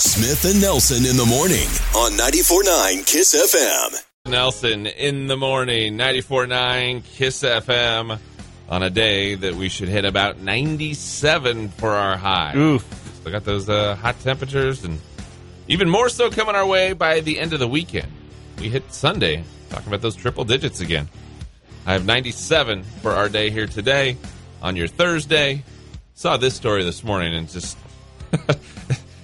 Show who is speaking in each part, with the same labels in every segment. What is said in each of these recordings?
Speaker 1: Smith and Nelson in the morning on 94.9 Kiss FM.
Speaker 2: Nelson in the morning, 94.9 Kiss FM on a day that we should hit about 97 for our high.
Speaker 3: Oof.
Speaker 2: Still got those uh, hot temperatures and even more so coming our way by the end of the weekend. We hit Sunday, talking about those triple digits again. I have 97 for our day here today on your Thursday. Saw this story this morning and just,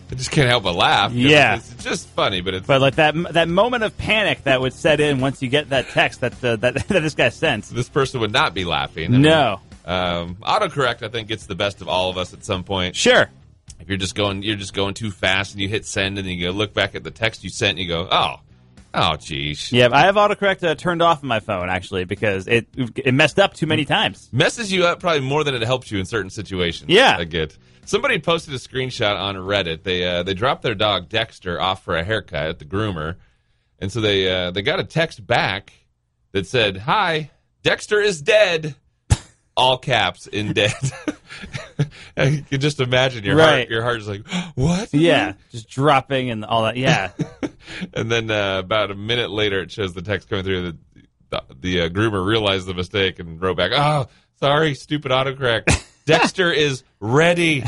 Speaker 2: I just can't help but laugh. 'cause
Speaker 3: Yeah.
Speaker 2: It's just funny, but it's
Speaker 3: But like that that moment of panic that would set in once you get that text that the, that that this guy sent.
Speaker 2: this person would not be laughing. I
Speaker 3: No.
Speaker 2: mean, Um, autocorrect, I think, gets the best of all of us at some point.
Speaker 3: Sure.
Speaker 2: If you're just going, you're just going too fast, and you hit send, and then you go look back at the text you sent, and you go, oh, oh, geez.
Speaker 3: Yeah, I have autocorrect uh, turned off on my phone actually because it it messed up too many times.
Speaker 2: messes you up probably more than it helps you in certain situations.
Speaker 3: Yeah.
Speaker 2: I get. Somebody posted a screenshot on Reddit. They uh, they dropped their dog Dexter off for a haircut at the groomer, and so they uh, they got a text back that said, "Hi, Dexter is dead," all caps in dead. you can just imagine your heart.
Speaker 3: Right.
Speaker 2: Your heart is like, "What?"
Speaker 3: Yeah, just dropping and all that. Yeah,
Speaker 2: And then uh, about a minute later, it shows the text coming through. The the, the uh, groomer realized the mistake and wrote back, "Oh, sorry, stupid autocorrect. Dexter is ready,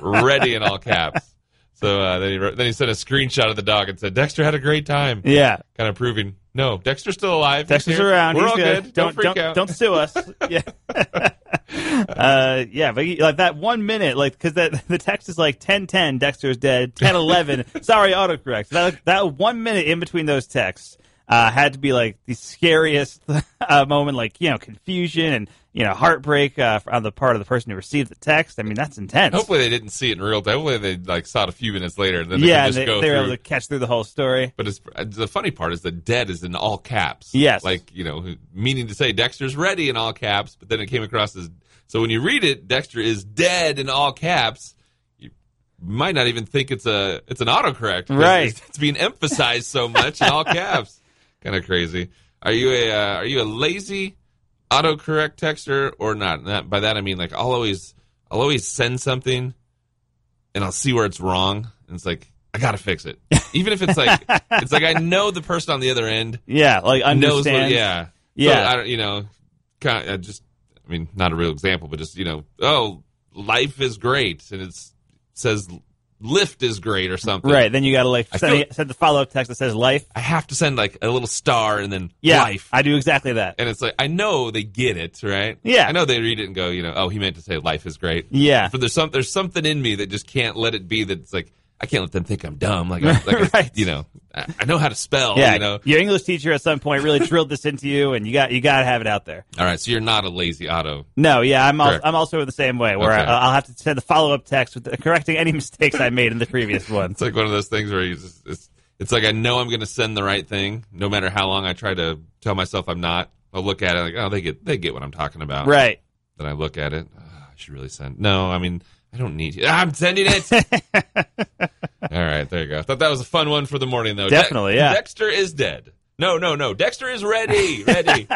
Speaker 2: ready in all caps." So uh, then he wrote, then he sent a screenshot of the dog and said, "Dexter had a great time,"
Speaker 3: yeah.
Speaker 2: kind of proving no, Dexter's still alive. He's
Speaker 3: Dexter's
Speaker 2: here.
Speaker 3: around.
Speaker 2: We're
Speaker 3: He's
Speaker 2: all good.
Speaker 3: Don't
Speaker 2: freak
Speaker 3: don't,
Speaker 2: out.
Speaker 3: don't sue us. yeah. uh, yeah, but like that one minute, like because that the text is like ten ten. Dexter's dead. Ten eleven. Sorry, autocorrect. That that one minute in between those texts uh, had to be like the scariest uh, moment, like you know confusion and you know heartbreak uh, on the part of the person who received the text. I mean, that's intense.
Speaker 2: Hopefully they didn't see it in real time. Hopefully they like saw it a few minutes later. And then they
Speaker 3: yeah,
Speaker 2: could just
Speaker 3: they,
Speaker 2: go
Speaker 3: they were
Speaker 2: through.
Speaker 3: able to catch through the whole story.
Speaker 2: But it's, the funny part is that dead is in all caps.
Speaker 3: Yes.
Speaker 2: Like, you know, meaning to say Dexter's ready in all caps, but then it came across as. So when you read it, Dexter is dead in all caps. You might not even think it's a it's an autocorrect. 'cause
Speaker 3: Right.
Speaker 2: It's, it's being emphasized so much in all caps. Kind of crazy. Are you a uh, are you a lazy autocorrect texter or not? not? By that I mean like I'll always I'll always send something and I'll see where it's wrong, and it's like I gotta fix it. Even if it's like it's like I know the person on the other end
Speaker 3: Yeah, like
Speaker 2: knows.
Speaker 3: understands.
Speaker 2: What, yeah,
Speaker 3: Yeah.
Speaker 2: So I don't, you know, kind of, I just, I mean, not a real example, but just you know, oh, life is great, and it's says lift is great or something.
Speaker 3: Right. Then you got to like
Speaker 2: I
Speaker 3: send,
Speaker 2: feel-
Speaker 3: the- send the follow up text that says life.
Speaker 2: I have to send like a little star and then
Speaker 3: Yeah,
Speaker 2: life.
Speaker 3: I do exactly that.
Speaker 2: and it's like I know they get it, right?
Speaker 3: Yeah.
Speaker 2: I know they read it and go, you know, oh, he meant to say life is great.
Speaker 3: Yeah.
Speaker 2: But there's some there's something in me that just can't let it be that it's like I can't let them think I'm dumb. Like, I, like I-
Speaker 3: Right.
Speaker 2: you know, I, I know how to spell.
Speaker 3: Yeah,
Speaker 2: You know.
Speaker 3: your English teacher at some point really drilled this into you, and you got you got to have it out there.
Speaker 2: All right, so you're not a lazy auto.
Speaker 3: No, yeah, I'm also,
Speaker 2: Correct.
Speaker 3: I'm also the same way where
Speaker 2: Okay.
Speaker 3: I, I'll have to send the follow up text with the, correcting any mistakes I made in the previous one.
Speaker 2: It's like one of those things where you just, it's it's like I know I'm going to send the right thing, no matter how long I try to tell myself I'm not. I'll look at it like, oh, they get they get what I'm talking about.
Speaker 3: Right?
Speaker 2: Then I look at it. "Ah, I should really send. No, I mean I don't need you. I'm sending it. All right, there you go. I thought that was a fun one for the morning, though.
Speaker 3: Definitely, yeah.
Speaker 2: Dexter is dead. No, no, no. Dexter is ready. Ready.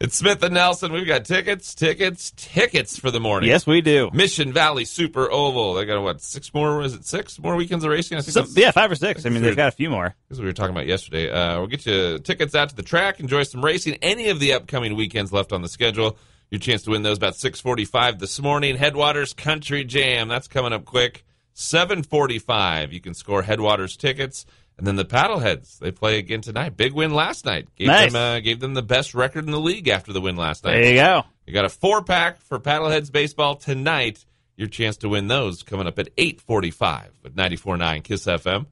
Speaker 2: it's Smith and Nelson. We've got tickets, tickets, tickets for the morning.
Speaker 3: Yes, we do.
Speaker 2: Mission Valley Super Oval. They got what? Six more? Is it six more weekends of racing? I think
Speaker 3: So,
Speaker 2: that's-
Speaker 3: yeah, five or six. I mean,
Speaker 2: Sure.
Speaker 3: they've got a few more.
Speaker 2: this is what we were talking about yesterday. Uh, we'll get you tickets out to the track, enjoy some racing. Any of the upcoming weekends left on the schedule. Your chance to win those about 6:45 this morning. Headwaters Country Jam. That's coming up quick. 7:45. You can score Headwaters tickets. And then the Paddleheads. They play again tonight. Big win last night. Gave
Speaker 3: Nice.
Speaker 2: them uh, gave them the best record in the league after the win last night.
Speaker 3: There you go.
Speaker 2: You got a four pack for Paddleheads baseball tonight. Your chance to win those coming up at 8:45 with 94.9 Kiss FM.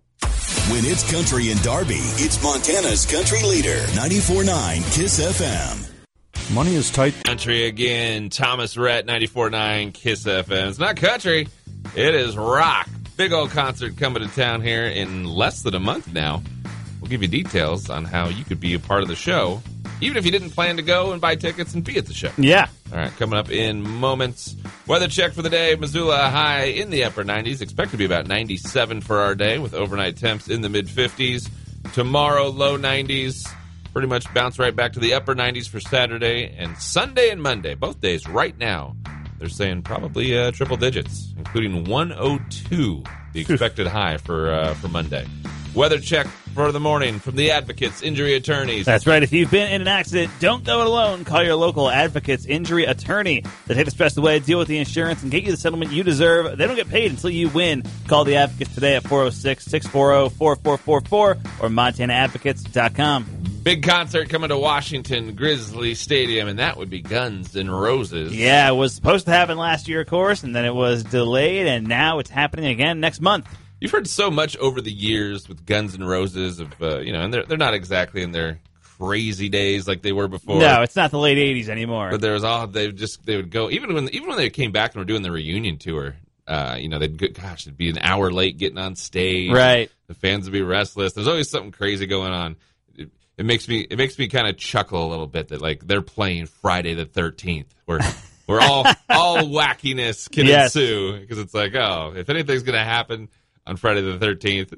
Speaker 1: When it's country and Derby, it's Montana's country leader. 94.9 Kiss FM.
Speaker 4: Money is tight.
Speaker 2: Country again. Thomas Rhett, 94.9 Kiss FM. It's not country. It is rock. Big old concert coming to town here in less than a month now. We'll give you details on how you could be a part of the show, even if you didn't plan to go and buy tickets and be at the show.
Speaker 3: Yeah.
Speaker 2: All right, coming up in moments. Weather check for the day. Missoula high in the upper 90s. Expect to be about 97 for our day with overnight temps in the mid 50s. Tomorrow, low 90s. Pretty much bounce right back to the upper 90s for Saturday and Sunday and Monday. Both days right now They're saying probably uh, triple digits, including 102, the expected high for uh, for Monday. Weather check for the morning from the advocates, injury attorneys.
Speaker 3: That's right. If you've been in an accident, don't go it alone. Call your local advocate's injury attorney. They take the stress away, deal with the insurance, and get you the settlement you deserve. They don't get paid until you win. Call the advocates today at 406 640 4444 or MontanaAdvocates.com.
Speaker 2: Big concert coming to Washington Grizzly Stadium, and that would be Guns and Roses.
Speaker 3: Yeah, it was supposed to happen last year, of course, and then it was delayed, and now it's happening again next month.
Speaker 2: You've heard so much over the years with Guns N' Roses of uh, you know, and they're they're not exactly in their crazy days like they were before.
Speaker 3: No, it's not the late 80s anymore.
Speaker 2: but there was all they just they would go even when even when they came back and were doing the reunion tour. Uh, you know, they'd go, gosh, it'd be an hour late getting on stage.
Speaker 3: Right.
Speaker 2: The fans would be restless. There's always something crazy going on. It, it makes me it makes me kind of chuckle a little bit that like they're playing Friday the 13th where where all all wackiness can
Speaker 3: Yes.
Speaker 2: ensue because it's like oh if anything's gonna happen on Friday the 13th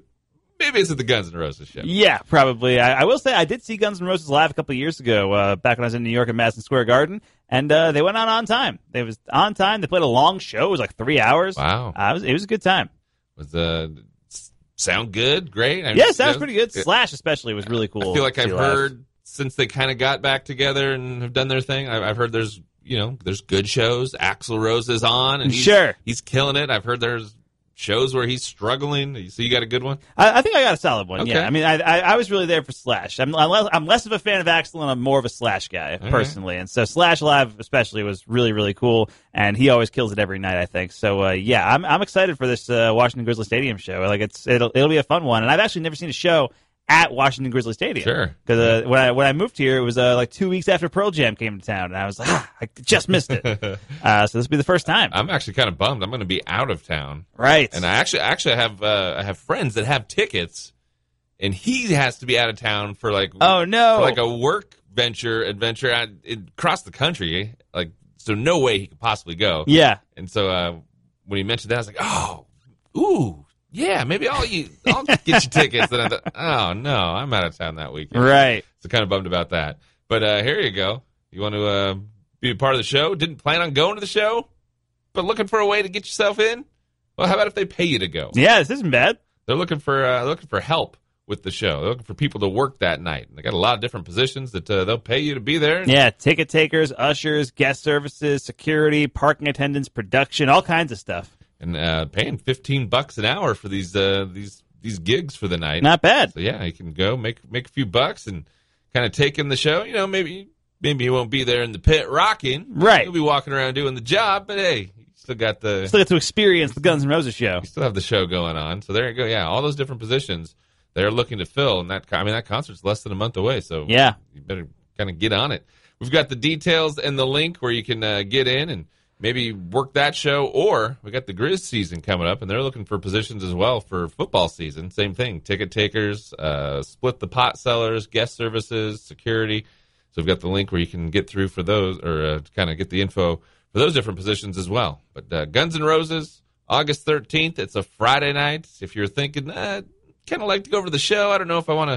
Speaker 2: maybe it's at the Guns N' Roses show.
Speaker 3: Yeah, probably. I, I will say I did see Guns N' Roses live a couple of years ago, uh, back when I was in New York at Madison Square Garden, and uh, they went on on time. They was on time. They played a long show. It was like three hours.
Speaker 2: Wow,
Speaker 3: Uh, it, was, it was a good time.
Speaker 2: was uh s- sound good? Great. I mean,
Speaker 3: Yes, that was
Speaker 2: yeah.
Speaker 3: pretty good. Slash, especially, was really cool.
Speaker 2: I feel like
Speaker 3: to
Speaker 2: I've
Speaker 3: see live.
Speaker 2: heard since they kind of got back together and have done their thing. I've, I've heard there's you know there's good shows. Axl Rose is on, and he's,
Speaker 3: Sure.
Speaker 2: he's killing it. I've heard there's shows where he's struggling. So you got a good one.
Speaker 3: I, I think I got a solid one.
Speaker 2: Okay.
Speaker 3: Yeah, I mean, I, I I was really there for Slash. I'm I'm less, I'm less of a fan of Axel and I'm more of a Slash guy
Speaker 2: right.
Speaker 3: personally. And so Slash live especially was really really cool, and he always kills it every night. I think so. Uh, yeah, I'm I'm excited for this uh, Washington Grizzly Stadium show. Like it's it'll it'll be a fun one, and I've actually never seen a show at Washington Grizzly Stadium.
Speaker 2: Sure.
Speaker 3: Because uh, when I when I moved here, it was uh, like two weeks after Pearl Jam came to town, and I was like, ah, I just missed it. uh, so this will be the first time,
Speaker 2: I'm actually kind of bummed. I'm going to be out of town,
Speaker 3: right?
Speaker 2: and I actually actually have uh, I have friends that have tickets, and he has to be out of town for like
Speaker 3: oh no,
Speaker 2: for like a work venture adventure out in- across the country. Like so, no way he could possibly go.
Speaker 3: yeah.
Speaker 2: And so uh, when he mentioned that, I was like, oh, ooh, yeah, maybe I'll you, I'll get you tickets. And I thought, oh no, I'm out of town that weekend.
Speaker 3: Right.
Speaker 2: So kind of bummed about that. But uh, here you go. You want to uh, be a part of the show? Didn't plan on going to the show, but looking for a way to get yourself in. Well, how about if they pay you to go?
Speaker 3: Yeah, this isn't bad.
Speaker 2: They're looking for uh, looking for help with the show. They're looking for people to work that night. And they got a lot of different positions that uh, they'll pay you to be there.
Speaker 3: Yeah, ticket takers, ushers, guest services, security, parking attendants, production, all kinds of stuff.
Speaker 2: and uh, paying fifteen bucks an hour for these uh, these these gigs for the night.
Speaker 3: Not bad.
Speaker 2: So yeah, you can go make make a few bucks and kind of take in the show. You know, maybe maybe you won't be there in the pit rocking.
Speaker 3: Right.
Speaker 2: you'll be walking around doing the job, but hey, you still got the
Speaker 3: Still get to experience the Guns N' Roses show.
Speaker 2: you still have the show going on. So there you go. Yeah, all those different positions they're looking to fill, and that I mean that concert's less than a month away. So
Speaker 3: Yeah.
Speaker 2: you better kind of get on it. We've got the details and the link where you can uh, get in and maybe work that show, or we got the Grizz season coming up, and they're looking for positions as well for football season. Same thing: ticket takers, uh, split the pot sellers, guest services, security. So we've got the link where you can get through for those, or uh, kind of get the info for those different positions as well. But uh, Guns N' Roses, August thirteenth. It's a Friday night. If you're thinking, uh, kind of like to go over to the show, I don't know if I want to.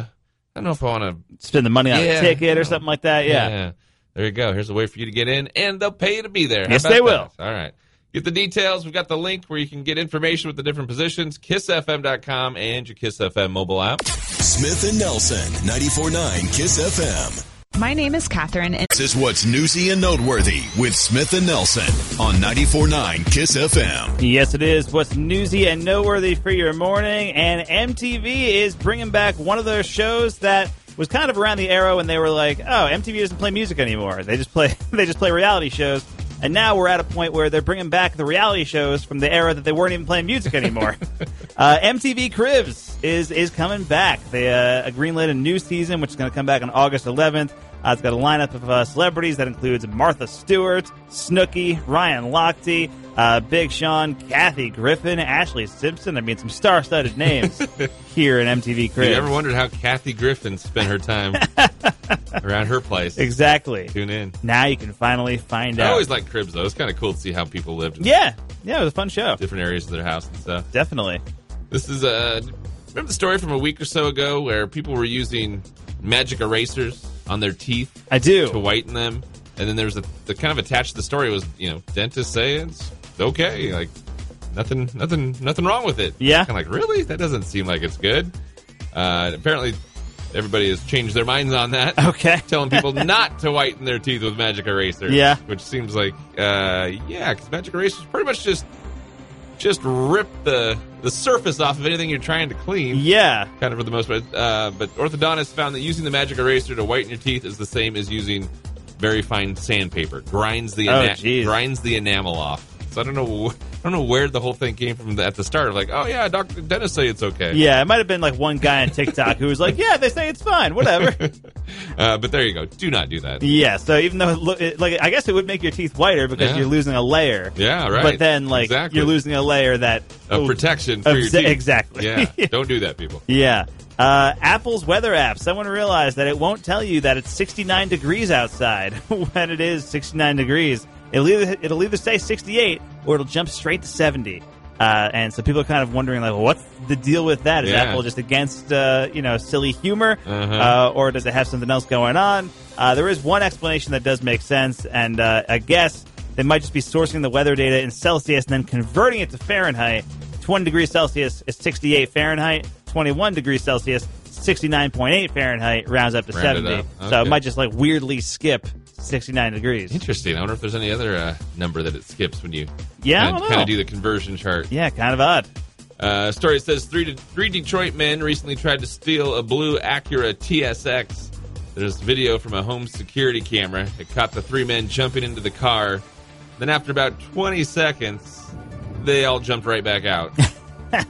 Speaker 2: I don't know if I want to
Speaker 3: Spend the money on
Speaker 2: Yeah.
Speaker 3: a ticket or something like that. Yeah.
Speaker 2: there you go. Here's a way for you to get in, and they'll pay you to be there. How
Speaker 3: Yes,
Speaker 2: about
Speaker 3: they
Speaker 2: that?
Speaker 3: will.
Speaker 2: All right. Get the details. We've got the link where you can get information with the different positions, kissfm.com and your Kiss FM mobile app.
Speaker 1: Smith and Nelson, 94.9 Kiss FM.
Speaker 4: My name is Catherine, and
Speaker 1: This is what's newsy and noteworthy with Smith and Nelson on 94.9 Kiss FM.
Speaker 3: Yes, it is. What's newsy and noteworthy for your morning? And MTV is bringing back one of those shows that was kind of around the era when they were like, "Oh, MTV doesn't play music anymore. They just play they just play reality shows." And now we're at a point where they're bringing back the reality shows from the era that they weren't even playing music anymore. uh, MTV Cribs is is coming back. They uh, greenlit a new season, which is going to come back on August 11th. Uh, it's got a lineup of uh, celebrities that includes Martha Stewart, Snooki, Ryan Lochte, uh, Big Sean, Kathy Griffin, Ashley Simpson. I mean, some star-studded names here in MTV
Speaker 2: Have
Speaker 3: Cribs.
Speaker 2: you ever wondered how Kathy Griffin spent her time around her place?
Speaker 3: exactly.
Speaker 2: Tune in.
Speaker 3: Now you can finally find
Speaker 2: I
Speaker 3: out.
Speaker 2: always like cribs, though. It's kind of cool to see how people lived in
Speaker 3: yeah, yeah, it was a fun show.
Speaker 2: different areas of their house and stuff.
Speaker 3: Definitely.
Speaker 2: This is a. Remember the story from a week or so ago where people were using magic erasers on their teeth
Speaker 3: I
Speaker 2: to
Speaker 3: do.
Speaker 2: whiten them And then there's a the kind of attached to the story was you know dentists say it's okay, like nothing, nothing, nothing wrong with it.
Speaker 3: Yeah.
Speaker 2: kind of like really that doesn't seem like it's good. Uh, apparently, everybody has changed their minds on that.
Speaker 3: Okay.
Speaker 2: telling people not to whiten their teeth with magic eraser.
Speaker 3: Yeah.
Speaker 2: which seems like uh, yeah, because magic eraser is pretty much just just rip the the surface off of anything you're trying to clean
Speaker 3: Yeah.
Speaker 2: kind of for the most part. Uh, but orthodontists found that using the magic eraser to whiten your teeth is the same as using very fine sandpaper. Grinds the
Speaker 3: Oh,
Speaker 2: ena-
Speaker 3: geez.
Speaker 2: grinds the enamel off. So I don't know. Wh- I don't know where the whole thing came from at the start. Like, oh yeah, Doctor Dennis say it's okay.
Speaker 3: Yeah, it might have been like one guy on TikTok who was like, "Yeah, they say it's fine, whatever."
Speaker 2: Uh, but there you go. Do not do that.
Speaker 3: yeah, so even though it lo- it, like I guess it would make your teeth whiter because
Speaker 2: Yeah.
Speaker 3: you're losing a layer.
Speaker 2: Yeah, right.
Speaker 3: But then like
Speaker 2: exactly.
Speaker 3: you're losing a layer that
Speaker 2: a
Speaker 3: oh,
Speaker 2: protection for your
Speaker 3: exa-
Speaker 2: teeth.
Speaker 3: exactly.
Speaker 2: Yeah, don't do that, people.
Speaker 3: Yeah. Uh, Apple's weather app. Someone realized that it won't tell you that it's 69 degrees outside when it is 69 degrees. It'll either, it'll either say 68 or it'll jump straight to 70. Uh, and so people are kind of wondering, like, well, what's the deal with that? Is
Speaker 2: Yeah.
Speaker 3: Apple just against, uh, you know, silly humor,
Speaker 2: Uh-huh.
Speaker 3: uh, or does it have something else going on? Uh, there is one explanation that does make sense, and uh, I guess they might just be sourcing the weather data in Celsius and then converting it to Fahrenheit. 20 degrees Celsius is 68 Fahrenheit. 21 degrees Celsius, 69.8 Fahrenheit, rounds up to
Speaker 2: Round it
Speaker 3: 70.
Speaker 2: up.
Speaker 3: So it
Speaker 2: Okay.
Speaker 3: might just like weirdly skip 69 degrees.
Speaker 2: Interesting. I wonder if there's any other uh, number that it skips when you
Speaker 3: Yeah, I don't
Speaker 2: kind
Speaker 3: know.
Speaker 2: of do the conversion chart.
Speaker 3: Yeah, kind of odd.
Speaker 2: Uh, story says three three Detroit men recently tried to steal a blue Acura TSX. There's video from a home security camera. It caught the three men jumping into the car. Then, after about 20 seconds, they all jumped right back out.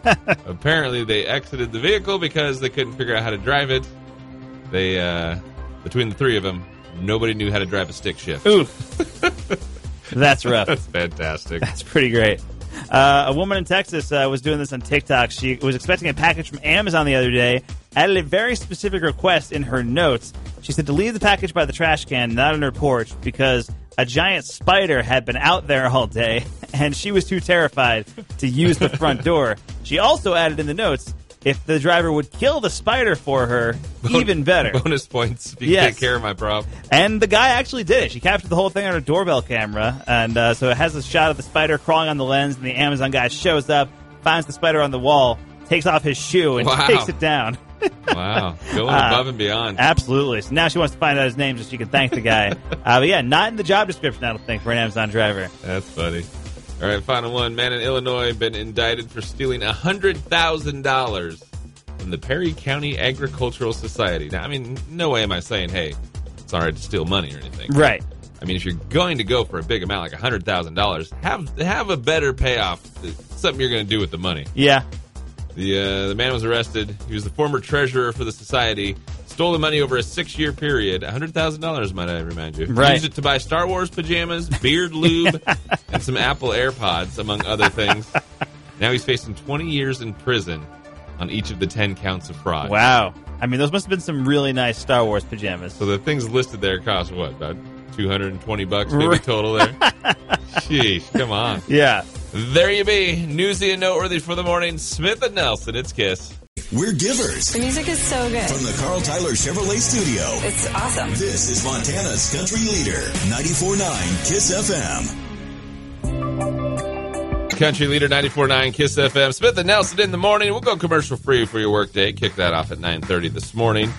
Speaker 2: Apparently, they exited the vehicle because they couldn't figure out how to drive it. They, uh, between the three of them, nobody knew how to drive a stick shift.
Speaker 3: Oof. That's rough.
Speaker 2: That's fantastic.
Speaker 3: That's pretty great. Uh, a woman in Texas uh, was doing this on TikTok. She was expecting a package from Amazon the other day, added a very specific request in her notes. She said to leave the package by the trash can, not on her porch, because a giant spider had been out there all day, and she was too terrified to use the front door. She also added in the notes if the driver would kill the spider for her, even better.
Speaker 2: Bonus points if you
Speaker 3: Yes.
Speaker 2: take care of my problem.
Speaker 3: And the guy actually did it. She captured the whole thing on her doorbell camera, and uh, so it has a shot of the spider crawling on the lens. And the Amazon guy shows up, finds the spider on the wall, takes off his shoe, and
Speaker 2: Wow.
Speaker 3: takes it down.
Speaker 2: Wow. Going above and beyond.
Speaker 3: Absolutely. So now she wants to find out his name so she can thank the guy. uh, but yeah, not in the job description, I don't think, for an Amazon driver.
Speaker 2: That's funny. All right, final one. Man in Illinois been indicted for stealing hundred thousand dollars from the Perry County Agricultural Society. Now, I mean, no way am I saying, hey, it's all right to steal money or anything.
Speaker 3: Right.
Speaker 2: I mean, if you're going to go for a big amount, like hundred thousand dollars, have have a better payoff, something you're going to do with the money.
Speaker 3: Yeah.
Speaker 2: The uh, the man was arrested. He was the former treasurer for the society. Stole the money over a six year period. hundred thousand dollars, might I remind you?
Speaker 3: Right.
Speaker 2: Used it to buy Star Wars pajamas, beard lube, and some Apple AirPods, among other things. now he's facing twenty years in prison on each of the ten counts of fraud.
Speaker 3: Wow. I mean, those must have been some really nice Star Wars pajamas.
Speaker 2: So the things listed there cost what about two hundred and twenty bucks maybe
Speaker 3: Right.
Speaker 2: total there. Sheesh, come on.
Speaker 3: Yeah.
Speaker 2: There you be, newsy and noteworthy for the morning. Smith and Nelson, it's Kiss.
Speaker 1: We're givers
Speaker 4: The music is so
Speaker 1: from
Speaker 4: good.
Speaker 1: the Carl Tyler Chevrolet Studio.
Speaker 4: It's awesome.
Speaker 1: This is Montana's country leader, 94.9 Kiss FM.
Speaker 2: Country Leader 94.9 Kiss FM. Smith and Nelson in the morning. We'll go commercial free for your workday. Kick that off at 9.30 this morning.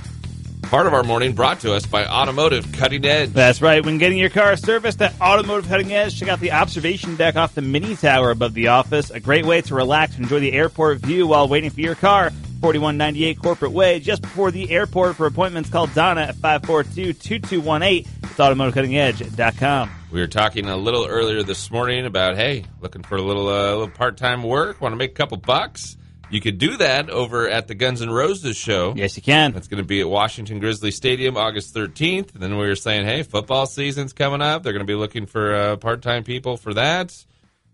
Speaker 2: Part of our morning brought to us by Automotive Cutting Edge.
Speaker 3: That's right. When getting your car serviced at Automotive Cutting Edge, check out the observation deck off the mini tower above the office. A great way to relax and enjoy the airport view while waiting for your car. 4198 Corporate Way, just before the airport. For appointments, call Donna at 542 2218. It's automotivecuttingedge.com.
Speaker 2: We were talking a little earlier this morning about, hey, looking for a little, uh, little part-time work, want to make a couple bucks. You could do that over at the Guns N' Roses show.
Speaker 3: Yes, you can.
Speaker 2: That's going to be at Washington Grizzly Stadium August 13th. And then we were saying, hey, football season's coming up. They're going to be looking for uh, part time people for that.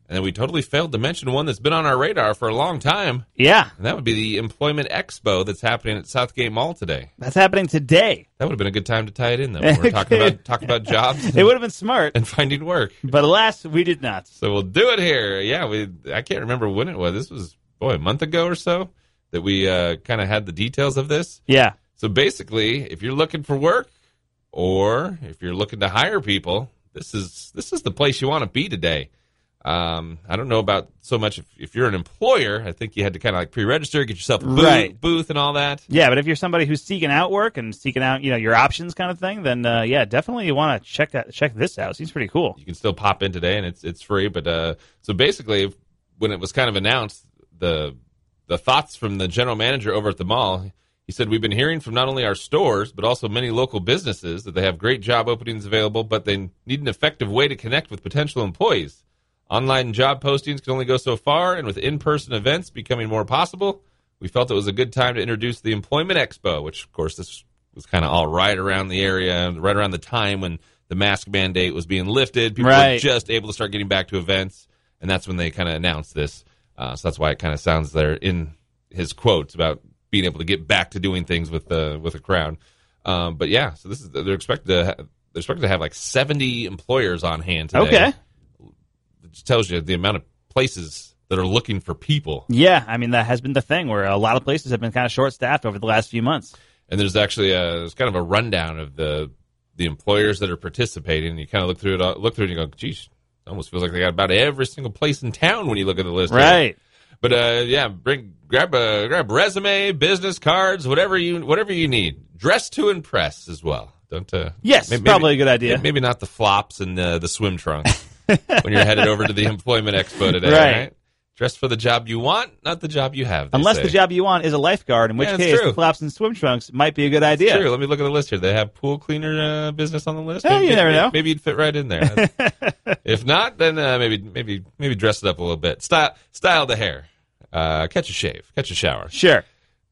Speaker 2: And then we totally failed to mention one that's been on our radar for a long time.
Speaker 3: Yeah,
Speaker 2: And that would be the Employment Expo that's happening at Southgate Mall today.
Speaker 3: that's happening today.
Speaker 2: That would have been a good time to tie it in, though. when We're talking about, talking about jobs
Speaker 3: It would have been smart,
Speaker 2: and finding work.
Speaker 3: but alas, we did not.
Speaker 2: So we'll do it here. Yeah, we. I can't remember when it was. This was, boy, a month ago or so that we uh, kind of had the details of this.
Speaker 3: Yeah.
Speaker 2: So basically, if you're looking for work, Or if you're looking to hire people, this is this is the place you want to be today. Um, I don't know about so much if, if you're an employer. I think you had to kind of like pre-register, get yourself a booth,
Speaker 3: Right.
Speaker 2: booth and all that.
Speaker 3: Yeah, but if you're somebody who's seeking out work and seeking out, you know, your options kind of thing, then uh, yeah, definitely you want to check that check this out. Seems pretty cool.
Speaker 2: you can still pop in today and it's it's free but uh so basically if- when it was kind of announced the the thoughts from the general manager over at the mall he said we've been hearing from not only our stores but also many local businesses that they have great job openings available but they need an effective way to connect with potential employees online job postings can only go so far and with in-person events becoming more possible we felt it was a good time to introduce the employment expo which of course this was kind of all right around the area right around the time when the mask mandate was being lifted people were
Speaker 3: Right.
Speaker 2: just able to start getting back to events and that's when they kind of announced this uh, so that's why it kind of sounds there in his quotes about being able to get back to doing things with the with a crowd um, but yeah so this is they're expected to ha- they're expected to have like 70 employers on hand today
Speaker 3: Okay.
Speaker 2: it just tells you the amount of places that are looking for people.
Speaker 3: Yeah, I mean that has been the thing where a lot of places have been kind of short staffed over the last few months.
Speaker 2: And there's actually a there's kind of a rundown of the the employers that are participating. And you kind of look through it, all- look through it, and you go, "Geez, almost feels like they got about every single place in town when you look at the list."
Speaker 3: Right.
Speaker 2: But uh, yeah, bring grab a grab resume, business cards, whatever you whatever you need. Dress to impress as well. Don't uh,
Speaker 3: Yes,
Speaker 2: may- maybe-
Speaker 3: probably a good idea.
Speaker 2: Maybe not the flops and the, the swim trunks when you're headed over to the employment expo today, right?
Speaker 3: Right.
Speaker 2: Dress for the job you want, not the job you have. they
Speaker 3: Unless
Speaker 2: say.
Speaker 3: the job you want is a lifeguard, in which
Speaker 2: Yeah, that's
Speaker 3: case
Speaker 2: true.
Speaker 3: the flops and swim trunks might be a good idea.
Speaker 2: True. Let me look at the list here. They have pool cleaner uh, business on the list.
Speaker 3: Hey, you never know.
Speaker 2: Maybe you'd fit right in there. if not, then uh, maybe maybe maybe dress it up a little bit. Style style the hair. Uh, catch a shave. Catch a shower.
Speaker 3: Sure.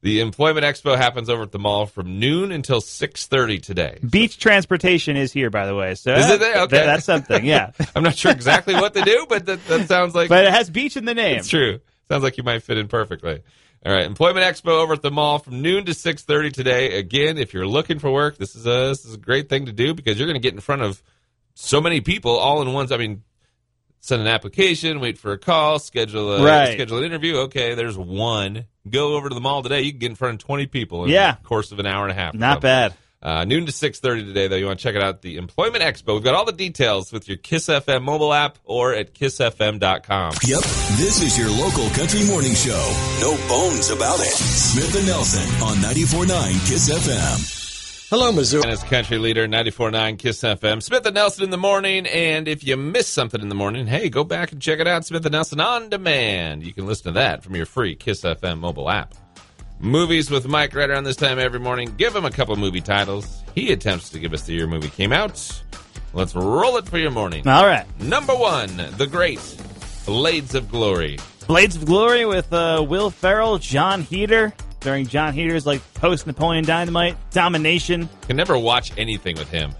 Speaker 2: The employment expo happens over at the mall from noon until six thirty today.
Speaker 3: Beach transportation is here, by the way. So
Speaker 2: Is it
Speaker 3: uh,
Speaker 2: there?
Speaker 3: th-
Speaker 2: Okay.
Speaker 3: that's something. Yeah,
Speaker 2: I'm not sure exactly what they do, but that, that sounds like
Speaker 3: but it has beach in the name.
Speaker 2: It's true. Sounds like you might fit in perfectly. All right, Employment Expo over at the mall from noon to six thirty today. Again, if you're looking for work, this is a this is a great thing to do because you're going to get in front of so many people all in once. I mean, send an application, wait for a call, schedule a
Speaker 3: Right.
Speaker 2: schedule an interview. Okay, there's one. Go over to the mall today. You can get in front of twenty people in
Speaker 3: Yeah.
Speaker 2: the course of an hour and a half. or
Speaker 3: Not
Speaker 2: something.
Speaker 3: bad.
Speaker 2: Uh, noon to six thirty today, though. You want to check it out, the Employment Expo. We've got all the details with your Kiss FM mobile app or at kissfm.com.
Speaker 1: Yep, this is your local country morning show. No bones about it. Smith and Nelson on 94.9 Kiss FM.
Speaker 4: Hello, Missouri.
Speaker 2: And it's country leader 94.9 Kiss FM. Smith and Nelson in the morning. And if you miss something in the morning, hey, go back and check it out. Smith and Nelson on demand. You can listen to that from your free Kiss FM mobile app. Movies with Mike right around this time every morning. Give him a couple movie titles. He attempts to give us the year movie came out. Let's roll it for your morning.
Speaker 3: All right.
Speaker 2: Number one, The Great Blades of Glory.
Speaker 3: Blades of Glory with uh, Will Ferrell, John Heater during John Heater's like post Napoleon Dynamite domination.
Speaker 2: Can never watch anything with him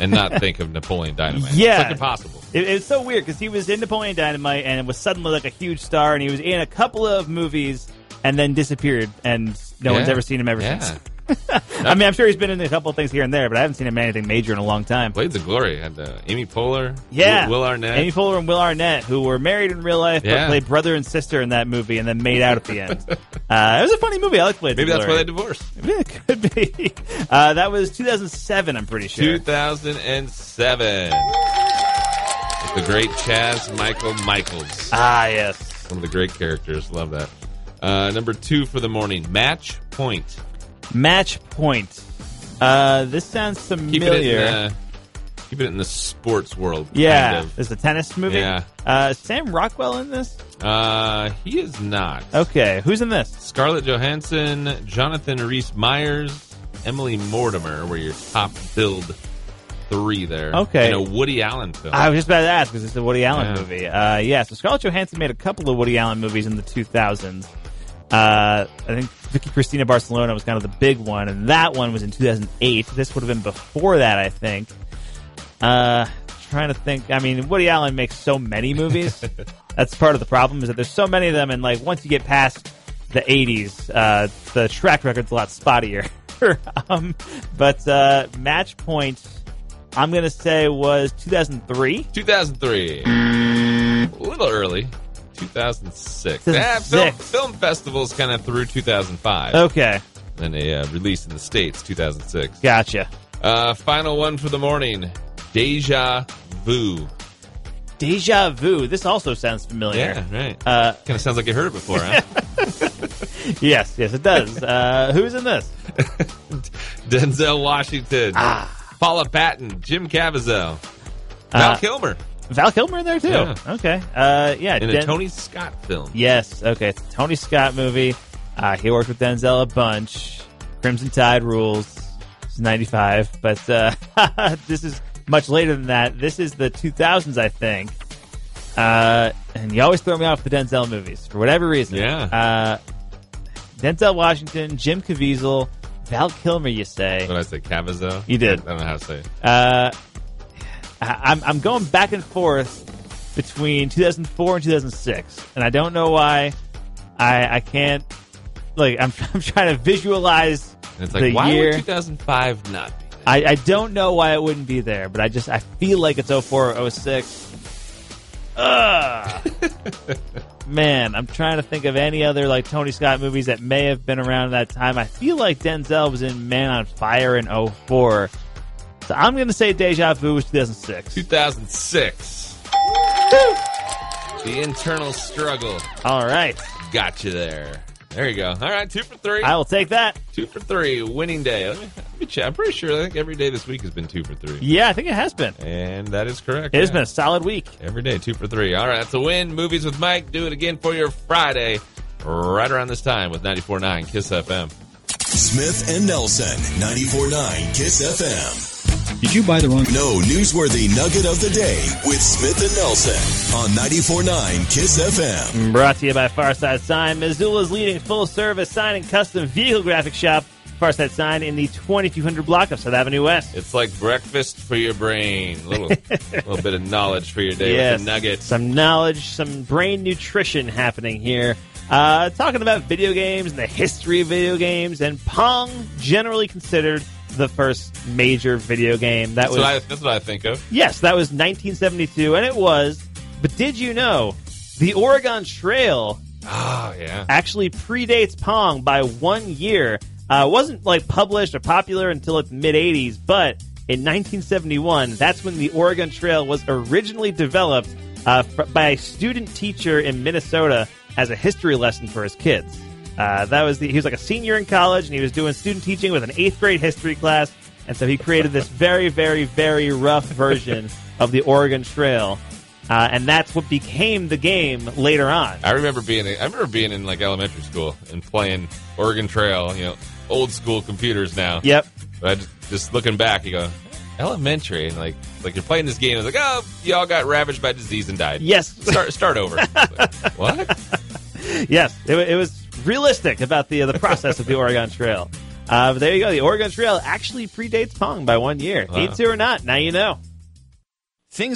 Speaker 2: and not think of Napoleon Dynamite.
Speaker 3: Yeah.
Speaker 2: It's like impossible.
Speaker 3: It, it's so weird because he was in Napoleon Dynamite and was suddenly like a huge star, and he was in a couple of movies and then disappeared, and no one's
Speaker 2: Yeah.
Speaker 3: ever seen him ever
Speaker 2: Yeah.
Speaker 3: since. I mean, I'm sure he's been in a couple of things here and there, but I haven't seen him in anything major in a long time.
Speaker 2: Blades of Glory had uh, Amy Poehler,
Speaker 3: Yeah,
Speaker 2: Will, Will Arnett.
Speaker 3: Amy Poehler and Will Arnett, who were married in real life,
Speaker 2: Yeah.
Speaker 3: but played brother and sister in that movie, and then made out at the end. uh, it was a funny movie. I like Blades.
Speaker 2: Maybe
Speaker 3: of
Speaker 2: that's why
Speaker 3: Glory.
Speaker 2: they divorced.
Speaker 3: Yeah, it could be. Uh, that was 2007, I'm pretty sure.
Speaker 2: 2007. With The great Chaz Michael Michaels.
Speaker 3: Ah, yes.
Speaker 2: One of the great characters. Love that. Uh, number two for the morning, Match Point.
Speaker 3: Match point. Uh, this sounds
Speaker 2: Keep
Speaker 3: familiar.
Speaker 2: it in uh, the, keep it in the sports world.
Speaker 3: yeah,
Speaker 2: Kind
Speaker 3: is the tennis movie?
Speaker 2: Yeah.
Speaker 3: Uh, is Sam Rockwell in this?
Speaker 2: of. Uh, he is not.
Speaker 3: Okay, who's in this?
Speaker 2: Scarlett Johansson, Jonathan Rhys Myers, Emily Mortimer were your top build three there.
Speaker 3: Okay.
Speaker 2: In a Woody Allen film.
Speaker 3: I was just about to ask because it's a Woody Allen
Speaker 2: Yeah.
Speaker 3: movie. Uh, yeah, so Scarlett Johansson made a couple of Woody Allen movies in the 2000s. Uh, I think Vicky Cristina Barcelona was kind of the big one, and that one was in 2008. This would have been before that, I think. Uh, trying to think. I mean, Woody Allen makes so many movies. That's part of the problem is that there's so many of them, and like once you get past the 80s, uh, the track record's a lot spottier. um, but uh, Match Point, I'm gonna say was 2003.
Speaker 2: 2003. A little early. 2006.
Speaker 3: 2006.
Speaker 2: Yeah, film, film festivals kind of through 2005.
Speaker 3: Okay,
Speaker 2: And a uh, release in the States, 2006.
Speaker 3: gotcha.
Speaker 2: Uh, final one for the morning Deja Vu.
Speaker 3: Deja vu. This also sounds
Speaker 2: Yeah,
Speaker 3: familiar.
Speaker 2: right.
Speaker 3: Uh,
Speaker 2: kind of sounds like you heard it before, huh?
Speaker 3: yes, yes, it does. Uh, who's in this?
Speaker 2: Denzel Washington,
Speaker 3: Ah.
Speaker 2: Paula Patton, Jim Cavazel, Val
Speaker 3: Uh,
Speaker 2: Kilmer
Speaker 3: Val Kilmer in there too.
Speaker 2: Yeah.
Speaker 3: Okay. Uh, yeah.
Speaker 2: in a
Speaker 3: Den-
Speaker 2: Tony Scott film.
Speaker 3: Yes. Okay. It's a Tony Scott movie. Uh, he worked with Denzel a bunch. Crimson Tide rules. It's 95, but uh, this is much later than that. This is the 2000s, I think. Uh, and you always throw me off the Denzel movies for whatever reason.
Speaker 2: Yeah.
Speaker 3: Uh, Denzel Washington, Jim Caviezel, Val Kilmer. You say?
Speaker 2: When I say Cavazel,
Speaker 3: You did.
Speaker 2: I don't know how to say. It.
Speaker 3: Uh, I- I'm, I'm going back and forth between 2004 and 2006, and I don't know why. I I can't like I'm, I'm trying to visualize.
Speaker 2: And it's like,
Speaker 3: The
Speaker 2: why
Speaker 3: year-
Speaker 2: would 2005 not? Be there?
Speaker 3: I, I don't know why it wouldn't be there, but I just I feel like it's 04 or 06. Ugh. Man, I'm trying to think of any other like Tony Scott movies that may have been around that time. I feel like Denzel was in Man on Fire in 04. So I'm going to say Deja Vu was 2006.
Speaker 2: 2006. the internal struggle
Speaker 3: All right.
Speaker 2: got you there. There you go. All right, two for three.
Speaker 3: I will take that.
Speaker 2: Two for three. Winning day. Let me, let me check. I'm pretty sure. I think every day this week has been two for three.
Speaker 3: Yeah, I think it has been.
Speaker 2: And that is correct.
Speaker 3: It has
Speaker 2: Yeah.
Speaker 3: been a solid week.
Speaker 2: Every day, two for three. All right, that's a win. Movies with Mike. Do it again for your Friday, right around this time with 94.9 Kiss FM.
Speaker 1: Smith and Nelson, 94.9 Kiss FM.
Speaker 4: Did you buy the wrong?
Speaker 1: No newsworthy nugget of the day with Smith and Nelson on 94.9 Kiss FM.
Speaker 3: Brought to you by Farside Sign, Missoula's leading full service sign and custom vehicle graphic shop. Farside Sign in the 2200 block of South Avenue West.
Speaker 2: It's like breakfast for your brain. A little, little bit of knowledge for your day with a nugget.
Speaker 3: Some knowledge, some brain nutrition happening here. Uh, talking about video games and the history of video games, and Pong generally considered the first major video game. That
Speaker 2: That's
Speaker 3: was
Speaker 2: what, I, that's what I think of.
Speaker 3: Yes, that was 1972, and it was. But did you know the Oregon Trail
Speaker 2: Oh, yeah.
Speaker 3: actually predates Pong by one year? Uh, it wasn't like published or popular until the mid 80s, but in 1971, that's when the Oregon Trail was originally developed uh, fr- by a student teacher in Minnesota as a history lesson for his kids. Uh, that was the, he was like a senior in college, and he was doing student teaching with an eighth grade history class. And so he created this very, very, very rough version of the Oregon Trail. Uh, and that's what became the game later on.
Speaker 2: I remember being, I remember being in like elementary school and playing Oregon Trail. You know, old school computers now.
Speaker 3: Yep.
Speaker 2: But I just, just looking back, you go elementary, and like, like you're playing this game. It's like, oh, y'all got ravaged by disease and died.
Speaker 3: Yes.
Speaker 2: Start, start over. Like, what?
Speaker 3: yes. It, wa- it was realistic about the, the process of the Oregon Trail. Uh, but there you go. The Oregon Trail actually predates Pong by one year.
Speaker 2: Wow.
Speaker 3: Need to or not, now you know.
Speaker 5: Things